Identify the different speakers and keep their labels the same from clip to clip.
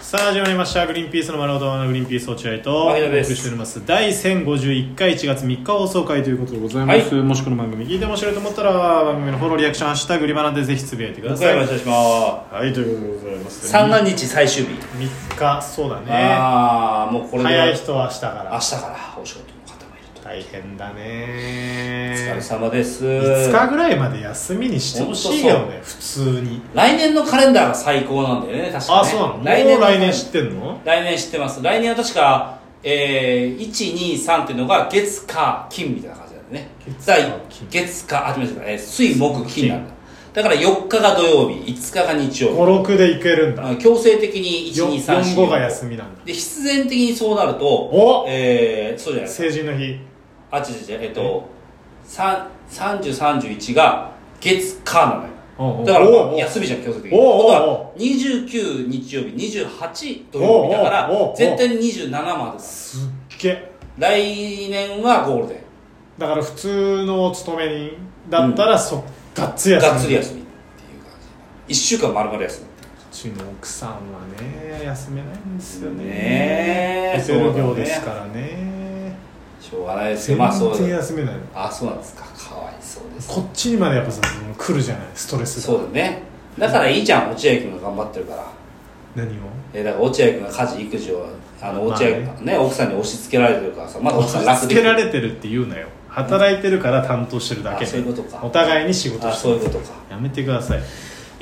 Speaker 1: さあ始まりました「グリーンピースの丸尾とのグリーンピース落合」とお
Speaker 2: 牧野
Speaker 1: 送
Speaker 2: で
Speaker 1: り
Speaker 2: す
Speaker 1: しております第1051回1月3日放送回ということでございます、もしこの番組聞いて面白いと思ったら番組のフォローリアクション「ハッシュタググリバナ」でぜひつぶやいてくだ
Speaker 2: 岡
Speaker 1: さい
Speaker 2: 山お願いしま
Speaker 1: はいということでございます
Speaker 2: す三が日最終日、
Speaker 1: 3日そうだね
Speaker 2: ああもうこれで
Speaker 1: 早い人は明日から
Speaker 2: 明日からお仕事の方もいると
Speaker 1: 大変だ
Speaker 2: お
Speaker 1: ね
Speaker 2: 疲れ様です
Speaker 1: 5日ぐらいまで休みにしてほしいよね普通に
Speaker 2: 来年のカレンダーが最高なんだよね確かね
Speaker 1: あそうなのもう
Speaker 2: 来年の
Speaker 1: 来年知ってんの
Speaker 2: 来年知ってます来年は確か、えー、123っていうのが月火金みたいな感じなんだよね
Speaker 1: 月
Speaker 2: だ
Speaker 1: 火
Speaker 2: から
Speaker 1: 金
Speaker 2: 月火あ違う違うえー水木金なんだだから4日が土曜日5日が日曜日
Speaker 1: 56で行けるんだ
Speaker 2: うん強制的に1234
Speaker 1: 45が休みなんだ
Speaker 2: で必然的にそうなると
Speaker 1: お
Speaker 2: えー、そうじゃない
Speaker 1: 成人の日
Speaker 2: あ違う違うえっとさん3031が月火なのよ
Speaker 1: おうおう
Speaker 2: だから
Speaker 1: おう
Speaker 2: ま
Speaker 1: お
Speaker 2: あ
Speaker 1: う
Speaker 2: 休みじゃん強制的に
Speaker 1: おうおうおう
Speaker 2: だから29日曜日28土曜日だから
Speaker 1: おうおうおう
Speaker 2: 絶対に27までだ
Speaker 1: すっげえ
Speaker 2: 来年はゴールデ
Speaker 1: だから普通の勤め人だったらそ、がっつり
Speaker 2: ン
Speaker 1: 休み
Speaker 2: がっつり休みっていう感じ1週間丸々休
Speaker 1: うちの奥さんはね休めないんですよ
Speaker 2: み
Speaker 1: ね
Speaker 2: ねえ
Speaker 1: SL
Speaker 2: そう
Speaker 1: 業
Speaker 2: だね
Speaker 1: ですからね
Speaker 2: しょうがないですけ
Speaker 1: 全
Speaker 2: どまあそう
Speaker 1: 然
Speaker 2: だ
Speaker 1: 休めないの
Speaker 2: あそうなんですかかわいそうです
Speaker 1: こっちにまでやっぱさその来るじゃないストレスが
Speaker 2: そうだねだからいいじゃん落合君が頑張ってるから
Speaker 1: 何を
Speaker 2: えーだから落合君が家事育児をあの
Speaker 1: まあ
Speaker 2: 落合君、ね奥さんに押し付けられてるからさまだ奥さん
Speaker 1: 押し
Speaker 2: 楽
Speaker 1: 付
Speaker 2: で
Speaker 1: け
Speaker 2: き
Speaker 1: られてるって言うなよ働いてるから担当してるだけ
Speaker 2: あそういうことか
Speaker 1: お互いに仕事
Speaker 2: あ
Speaker 1: して
Speaker 2: そ
Speaker 1: る
Speaker 2: ういうことか
Speaker 1: やめてください
Speaker 2: い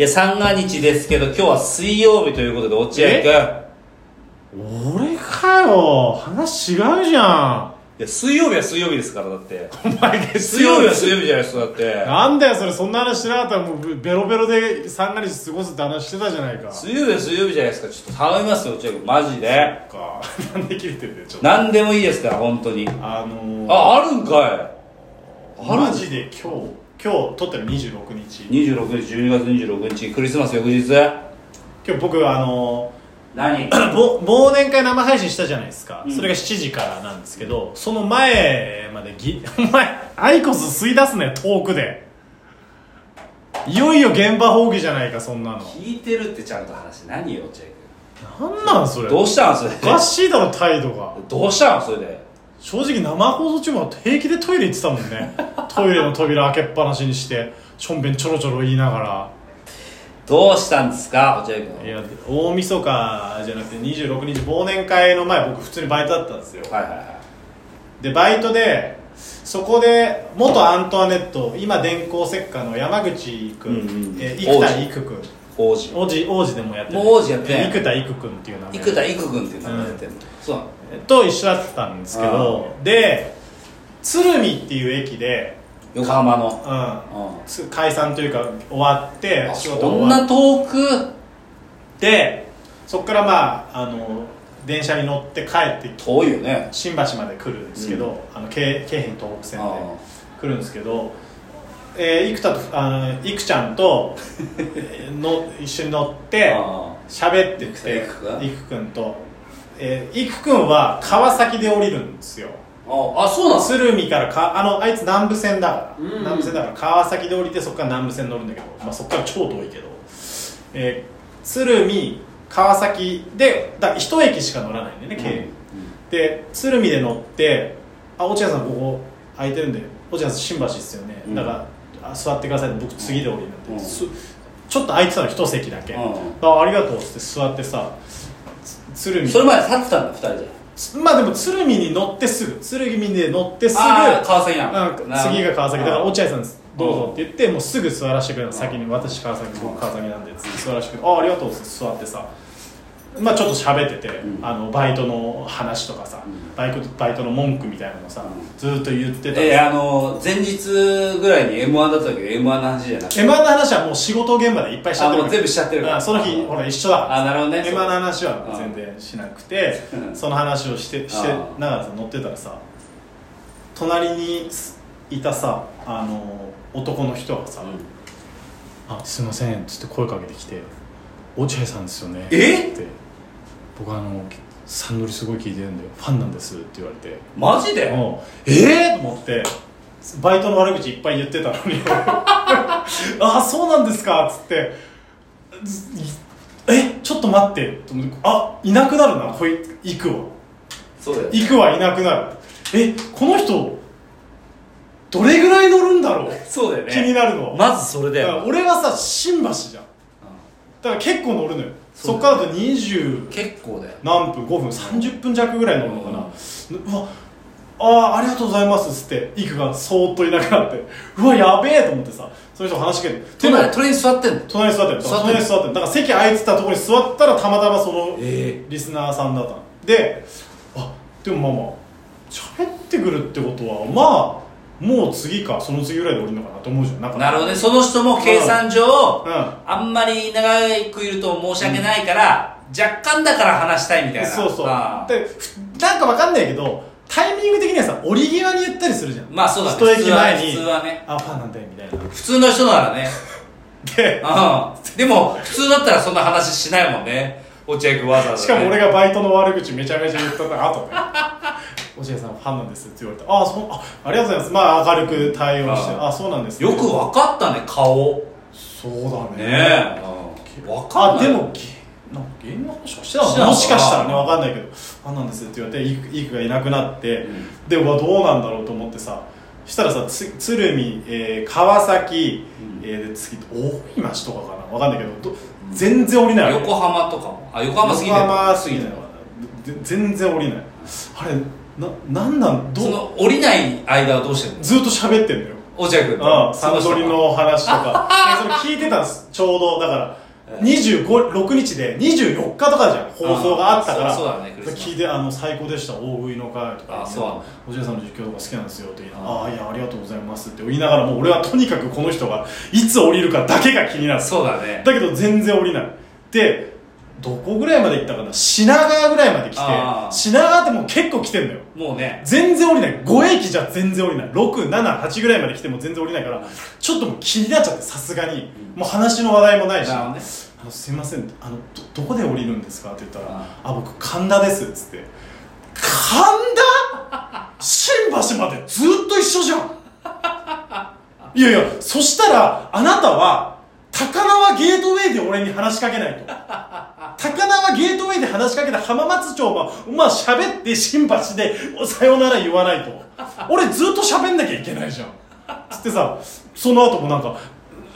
Speaker 2: や三が日ですけど今日は水曜日ということで落合君い
Speaker 1: 俺かよ話違うじゃ
Speaker 2: や水曜日は水曜日ですからだって
Speaker 1: んお前
Speaker 2: 水曜日は水曜日じゃないですかだって
Speaker 1: なんだよそれそんな話してなかったらもうベロベロで三が日過ごすって話してたじゃないか
Speaker 2: 水曜日は水曜日じゃないですかちょっと頼みますよ落合君マジで
Speaker 1: か なんで切れてるんだよちょっと
Speaker 2: 何でもいいですから本当に
Speaker 1: あのー、
Speaker 2: ああるんかある
Speaker 1: マジで今日今日撮ってる26日
Speaker 2: い26日12月26日クリスマス翌日
Speaker 1: 今日僕あのー
Speaker 2: 何
Speaker 1: ぼ忘年会生配信したじゃないですか、
Speaker 2: うん
Speaker 1: それが7時からなんですけどその前までぎ お前アイコス吸い出すね遠くでいよいよ現場放棄じゃないかそんなの
Speaker 2: 聞いてるってちゃんと話何よ落合
Speaker 1: なんなんそれ
Speaker 2: 君ど
Speaker 1: お
Speaker 2: うしたんそ れ
Speaker 1: かしいだろ態度が
Speaker 2: どうしたのそれで
Speaker 1: 正直生放送中も平気でトイレ行ってたもん ねトイレの扉開けっぱなしにしてしょんべんちょろちょろ言いなが
Speaker 2: どうしたんですか落合君
Speaker 1: らいや大晦日じゃなくて26日忘年会の前僕普通にバイトだったんですよ
Speaker 2: はいはいは
Speaker 1: でバイトでそこで元アントワネット今電光石火の山口君、
Speaker 2: うんうん
Speaker 1: えー生田育君
Speaker 2: い王子
Speaker 1: 王子王子でもやって
Speaker 2: もう王子やってない
Speaker 1: えー生田育君っていう名前
Speaker 2: 生田育君っていう名前でやってるの、そうなの
Speaker 1: と一緒だったんですけどで鶴見っていう駅で、
Speaker 2: 横浜の
Speaker 1: うん、
Speaker 2: う
Speaker 1: つ解散というか終わって
Speaker 2: ん
Speaker 1: 仕
Speaker 2: そ
Speaker 1: 事終
Speaker 2: ん
Speaker 1: わ
Speaker 2: な
Speaker 1: っ
Speaker 2: 遠く
Speaker 1: てそこからまああの電車に乗って帰ってき
Speaker 2: 遠いよね
Speaker 1: 新橋まで来るんですけど、あの京京浜東北線で
Speaker 2: あ
Speaker 1: 来るんですけど、えー、生田とあの生ちゃん とえーの一緒に乗って
Speaker 2: あ
Speaker 1: 喋ってて
Speaker 2: 生田
Speaker 1: 生くんと、えー、生くんは川崎で降りるんですよ
Speaker 2: ああそうなんす
Speaker 1: 鶴見からかあのあいつ南部線だから、
Speaker 2: うん
Speaker 1: 南部線だから川崎で降りてそこから南部線乗るんだけど、まあ、そこから超遠いけど、えー鶴見川崎でだから一駅しか乗らないんだよね京
Speaker 2: うん
Speaker 1: で鶴見で乗って「あ落合さんここ空いてるんで落合さん新橋っすよね、
Speaker 2: うん
Speaker 1: だからあ座ってください」って僕次で降りるんで、
Speaker 2: うん
Speaker 1: すちょっと空いてたの一席だけ、
Speaker 2: うん
Speaker 1: あありがとうっつって座ってさつ鶴見
Speaker 2: それまで立ってたんだ二人で
Speaker 1: つまあでも鶴見に乗ってすぐ鶴見で乗ってすぐ
Speaker 2: あー川崎な
Speaker 1: なん
Speaker 2: の
Speaker 1: か次が川崎だから
Speaker 2: あ
Speaker 1: 落合さんですどうぞって言ってもうすぐ座らせてくれるの先に私川崎僕川崎なんで座らせてくれるああありがとうっつって座ってさまあちょっと喋ってて、
Speaker 2: ん
Speaker 1: あのバイトの話とかさ、
Speaker 2: うん
Speaker 1: バイトバイトの文句みたいなのさ、
Speaker 2: うん
Speaker 1: ずーっと言ってた、
Speaker 2: えーあの前日ぐらいに m 1だったけど m 1の話じゃなくて
Speaker 1: M−1 の話はもう仕事現場でいっぱいしちゃっ
Speaker 2: あ
Speaker 1: てるか
Speaker 2: もう
Speaker 1: ら
Speaker 2: 全部しちゃってるから
Speaker 1: うんその日ほら一緒だから
Speaker 2: あなるほどね
Speaker 1: エマの話は全然しなくて
Speaker 2: うん
Speaker 1: その話をしてして
Speaker 2: あー
Speaker 1: ながらさ乗ってたらさ隣にいたさあの男の人がさ
Speaker 2: うん
Speaker 1: 「あすいません」っつって声かけてきて「落合さんですよね」
Speaker 2: え
Speaker 1: って「僕あのサンドリすごい聞いてるんでファンなんです」って言われて
Speaker 2: マジで
Speaker 1: もうえー、と思ってバイトの悪口いっぱい言ってたのに ああそうなんですかっつってずえちちょっと待ってと思ってあいなくなるなこい行くは
Speaker 2: そうだよ
Speaker 1: 行くはいなくなるえこの人どれぐらい乗るんだろう
Speaker 2: そうだよね
Speaker 1: 気になるのは
Speaker 2: まずそれ
Speaker 1: だ
Speaker 2: だ
Speaker 1: か
Speaker 2: よ
Speaker 1: ら俺はさ新橋じゃんだから結構乗るのよそっからだと20
Speaker 2: 結構だよ
Speaker 1: 何分5分30分弱ぐらい乗るのかな、うわあーありがとうございますっつってイクがそーっといなくなってうわやべえと思ってさその人話しかけてでも
Speaker 2: 隣隣に座ってんの
Speaker 1: 隣に座ってる
Speaker 2: 座ってる
Speaker 1: 隣に座ってるだから席空いてたところに座ったらたまたまその
Speaker 2: え
Speaker 1: リスナーさんだったのであでもまあまあ喋ってくるってことはまあもう次かその次ぐらいで降りるのかなと思うじゃんなんか
Speaker 2: なるほどねその人も計算上、
Speaker 1: うん
Speaker 2: あんまり長くいると申し訳ないから、若干だから話したいみたいな
Speaker 1: そうそう
Speaker 2: あー
Speaker 1: でふなんかわかんないけどタイミング的にはさ折り際に言ったりするじゃん
Speaker 2: まあそうだね
Speaker 1: 一駅前に
Speaker 2: 普通はね
Speaker 1: あファンなんだよみたいな
Speaker 2: 普通の人ならね
Speaker 1: で
Speaker 2: うんでも普通だったらそんな話しないもんね落合君わざわざ、
Speaker 1: し
Speaker 2: ね、
Speaker 1: かも俺
Speaker 2: が
Speaker 1: がバイトの悪口めちゃめちゃ言った後 ね落合さんファンなんですって言われてああそうあありがとうございますまあ明るく対応して
Speaker 2: あ
Speaker 1: ああそうなんですね
Speaker 2: よく分かったね顔
Speaker 1: そうだ
Speaker 2: ね
Speaker 1: ね
Speaker 2: え、うん、分かんない
Speaker 1: あでもげなんか芸人の話はしてたの
Speaker 2: して
Speaker 1: か
Speaker 2: た
Speaker 1: なもしかし
Speaker 2: のかな
Speaker 1: たらねわかんないけど「あなんです」って言われてイクイクがいなくなって、
Speaker 2: うん
Speaker 1: でうわどうなんだろうと思ってさしたらさつ鶴見、えー川崎、
Speaker 2: うん
Speaker 1: えーで次大井町とかかなわかんないけどど全然降りない
Speaker 2: 横浜とかもあ横浜過ぎて
Speaker 1: 横浜過ぎないのかなで全然降りないあれななんなんど
Speaker 2: そうの降りない間はどうしてるの
Speaker 1: ずっと喋ってんのよ
Speaker 2: 落合君
Speaker 1: う
Speaker 2: と
Speaker 1: ん、サンドリのお話と かでそれ聞いてたんですちょうどだから
Speaker 2: ええ
Speaker 1: 26日で24日とかじゃん放送があったから
Speaker 2: あそうそうだねクリスマス
Speaker 1: 聞いてあの最高でした大食いの会とか
Speaker 2: あそう
Speaker 1: おじいさんの実況とか好きなんですよって言いながら
Speaker 2: あ
Speaker 1: ああいやありがとうございますって言いながらもう俺はとにかくこの人がいつ降りるかだけが気になる
Speaker 2: そうだね
Speaker 1: だけど全然降りないでどこぐらいまで行ったかな品川ぐらいまで来て
Speaker 2: ああ
Speaker 1: 品川ってもう結構来てんのよ
Speaker 2: もうね
Speaker 1: 全然降りない5駅じゃ全然降りない678ぐらいまで来ても全然降りないからちょっともう気になっちゃってさすがにもう話の話題もないし「
Speaker 2: なるほ
Speaker 1: あ
Speaker 2: どね
Speaker 1: のすいませんあのどどこで降りるんですか?」って言ったら「
Speaker 2: あ
Speaker 1: あ僕神田です」っつって「神田 新橋までずっと一緒じゃん」いやいやそしたらあなたは高輪ゲートウェイで俺に話しかけない と。高輪ゲートウェイで話しかけた浜松町は、まあ喋って新橋で、おさよなら言わないと。俺ずっと喋んなきゃいけないじゃん。つってさ、その後もなんか、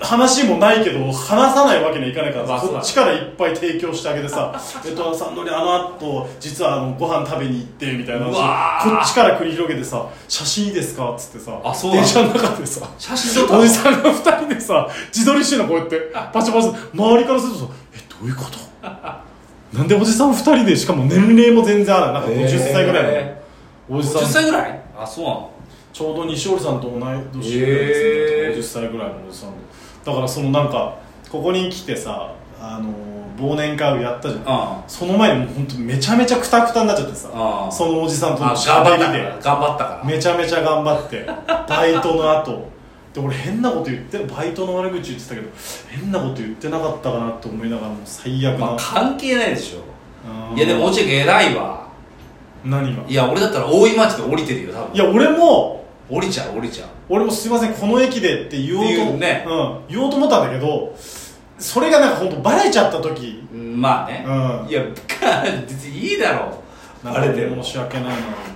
Speaker 1: 話もないけど、話さないわけにはいかないから
Speaker 2: まあ
Speaker 1: さ、
Speaker 2: そう
Speaker 1: そ
Speaker 2: だ
Speaker 1: っちからいっぱい提供してあげて さ、えっと、サンドリあの後、実はあの、ご飯食べに行って、みたいな
Speaker 2: うわ
Speaker 1: 話
Speaker 2: ー
Speaker 1: こっちから繰り広げてさ、写真いいですかつってさ、
Speaker 2: あそうなの
Speaker 1: 電車の中でさ、
Speaker 2: 写真撮
Speaker 1: お
Speaker 2: っ
Speaker 1: じさんが2人でさ自撮りしてんのこうやってパチパチ周りからするとさえどういうこと なんでおじさん2人でしかも年齢も全然あるなんか50歳ぐらいの、
Speaker 2: え
Speaker 1: おじ
Speaker 2: ー
Speaker 1: さん
Speaker 2: 50歳ぐらいあそうなの
Speaker 1: ちょうど西織さんと同い年ぐらい
Speaker 2: へー
Speaker 1: ですね50歳ぐらいのおじさんでだからそのなんかここに来てさあの忘年会をやったじゃん
Speaker 2: あ
Speaker 1: その前にもう本当めちゃめちゃくたくたになっちゃってさ
Speaker 2: あ
Speaker 1: そのおじさんと
Speaker 2: あ
Speaker 1: の
Speaker 2: 頑
Speaker 1: しゃ
Speaker 2: 張
Speaker 1: べ
Speaker 2: ったか
Speaker 1: り
Speaker 2: ら
Speaker 1: で
Speaker 2: 頑張ったから
Speaker 1: めちゃめちゃ頑張ってバイトの後で俺変なこと言ってバイトの悪口言ってたけど変なこと言ってなかったかなと思いながらもう最悪な、
Speaker 2: まあ関係ないでしょ
Speaker 1: うん
Speaker 2: いやでも落合君偉いわ
Speaker 1: 何が
Speaker 2: いや俺だったら大井町で降りてるよ多
Speaker 1: い
Speaker 2: 分
Speaker 1: や俺も
Speaker 2: 降りちゃう降りちゃう
Speaker 1: 俺もすいませんこの駅でって言おう
Speaker 2: って言
Speaker 1: と
Speaker 2: うね
Speaker 1: うん、言おうと思ったんだけどそれがなんか本当バレちゃった時
Speaker 2: うんまあね
Speaker 1: うん
Speaker 2: いや か別にいいだろう
Speaker 1: な
Speaker 2: あれで
Speaker 1: んか
Speaker 2: も
Speaker 1: 申し訳ない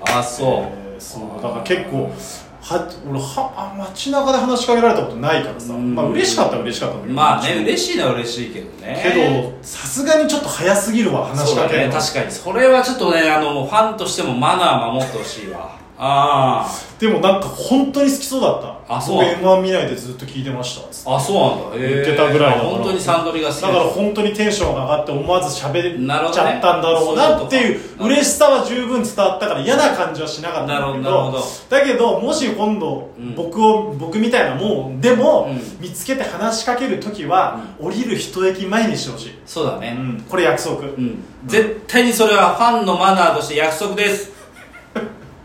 Speaker 1: な
Speaker 2: あそう
Speaker 1: えーそうだから結構は俺はあ街中で話しかけられたことないからさ、
Speaker 2: うん
Speaker 1: まあ嬉しかったら嬉しかったんだけど
Speaker 2: まあね嬉しいのは嬉しいけどね
Speaker 1: けどさすがにちょっと早すぎるわ話
Speaker 2: そ
Speaker 1: し
Speaker 2: うだ
Speaker 1: かける
Speaker 2: ね
Speaker 1: の
Speaker 2: 確かにそれはちょっとねあのファンとしてもマナー守ってほしいわあ
Speaker 1: でもなんか本当に好きそうだった
Speaker 2: あそう
Speaker 1: 僕 m 1見ないでずっと聞いてました
Speaker 2: ーあそうなんだ
Speaker 1: 言ってたぐらいだから
Speaker 2: 本当にサンドリが好き
Speaker 1: だから本当にテンションが上がって思わず喋
Speaker 2: なる
Speaker 1: っ
Speaker 2: ほ
Speaker 1: ち
Speaker 2: どね
Speaker 1: ゃったんだろうなってい
Speaker 2: そういうこと
Speaker 1: う
Speaker 2: か
Speaker 1: 嬉しさは十分伝わったから嫌な感じはしなかったんだけ
Speaker 2: なるほどなるほ
Speaker 1: ど
Speaker 2: ど
Speaker 1: だけどもし今度
Speaker 2: うん
Speaker 1: 僕を僕みたいなもんでも
Speaker 2: うん
Speaker 1: 見つけて話しかける時は降りる一駅前にしてほしい
Speaker 2: そうだね
Speaker 1: うんこれ約束
Speaker 2: うん、絶対にそれはファンのマナーとして約束です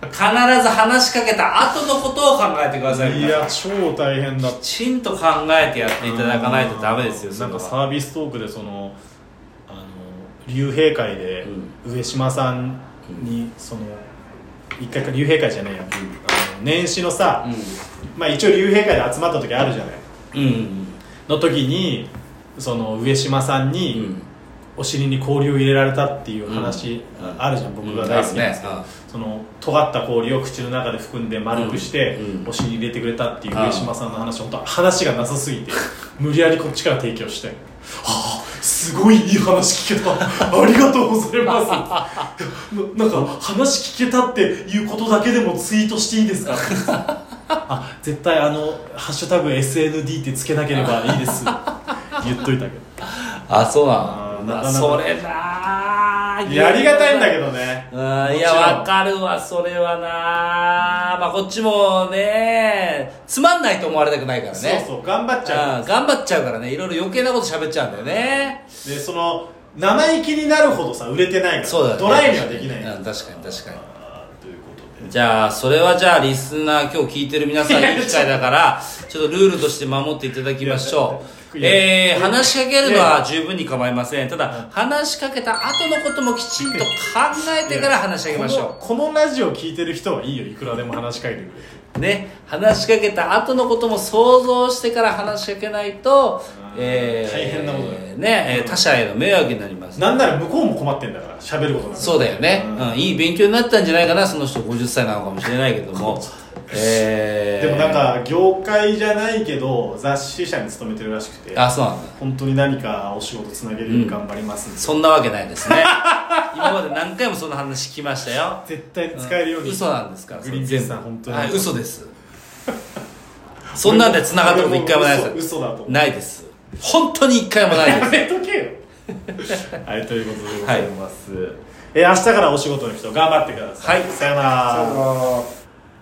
Speaker 2: 必ず話しかけた後のことを考えてください
Speaker 1: いや超大変だった
Speaker 2: きちんと考えてやっていただかないとダメですよそ
Speaker 1: なん
Speaker 2: れ
Speaker 1: か
Speaker 2: は
Speaker 1: サービストークでそのあの竜兵会で上島さんにその一回か竜兵会じゃないや、あの年始のさ、まあ一応竜兵会で集まった時あるじゃない
Speaker 2: うんうん
Speaker 1: の時にその上島さん
Speaker 2: う
Speaker 1: に、
Speaker 2: ん
Speaker 1: お尻に氷を入れられたっていう話
Speaker 2: うんうん
Speaker 1: あるじゃん、僕が大好きなやつ、
Speaker 3: あ
Speaker 1: その尖った氷を口の中で含んで丸くして、
Speaker 2: うんうん
Speaker 1: お尻に入れてくれたっていう
Speaker 2: ああ
Speaker 1: 上島さんの話本当話がなさすぎて無理やりこっちから提供してはあすごいいい話聞けたありがとうござい ますななんか話聞けたっていうことだけでもツイートしていいですかあ絶対あの「ハッシュタグ #SND」ってつけなければいい です言っといたけど
Speaker 2: あそうな
Speaker 1: あー
Speaker 2: の
Speaker 1: なかなか
Speaker 2: それなあ
Speaker 1: いやありがたいんだけどね
Speaker 2: あーい
Speaker 1: も
Speaker 2: や
Speaker 1: ちろん
Speaker 2: わかるわそれはなあまあこっちもねつまんないと思われたくないからね
Speaker 1: そうそう頑張っちゃう
Speaker 2: あー頑張っちゃうからねいろいろ余計なこと喋っちゃうんだよね
Speaker 1: でその生意気になるほどさ売れてないから
Speaker 2: そうだね
Speaker 1: ドライにはできない
Speaker 2: うん確かに確かに
Speaker 1: あーということで
Speaker 2: じゃあそれはじゃあリスナー今日聞いてる 皆さんいい機会だからちょっとルールとして守っていただきましょう
Speaker 1: いやいやい
Speaker 2: え
Speaker 1: や
Speaker 2: ー、話しかけるのは十分に構いませんただ話しかけた後のこともきちんと考えてから話しかけましょ
Speaker 1: このこのラジオ聞いてる人はいいよいくらでも話しかけてくれて
Speaker 2: うね話しかけた後のことも想像してから話しかけないと
Speaker 1: あー
Speaker 2: えー、
Speaker 1: 大変なことだよ
Speaker 2: ね、えー他者への迷惑になります
Speaker 1: なんなら向こうも困ってんだから喋ることなん
Speaker 2: そうだよね、
Speaker 1: うん
Speaker 2: うん、いい勉強になったんじゃないかなその人50歳なのかもしれないけど もえー、
Speaker 1: でもなんか業界じゃないけど雑誌社に勤めてるらしくて
Speaker 2: あそうなんだ
Speaker 1: 本当に何かお仕事つなげるように頑張りますんで、
Speaker 2: そんなわけないですね 今まで何回もその話聞きましたよ
Speaker 1: 絶対に使えるように、
Speaker 2: 嘘なんですから
Speaker 1: グリーンピースさん本当に
Speaker 2: はい嘘ですそんなんで繋がったこと一回もない
Speaker 1: 俺も
Speaker 2: です
Speaker 1: 嘘嘘だと思う
Speaker 2: ないです本当に一回もないで
Speaker 1: や
Speaker 2: す
Speaker 1: めとけ よはいということでございます、えー明日からお仕事の人頑張ってください、
Speaker 2: はい
Speaker 1: さよなら
Speaker 3: あ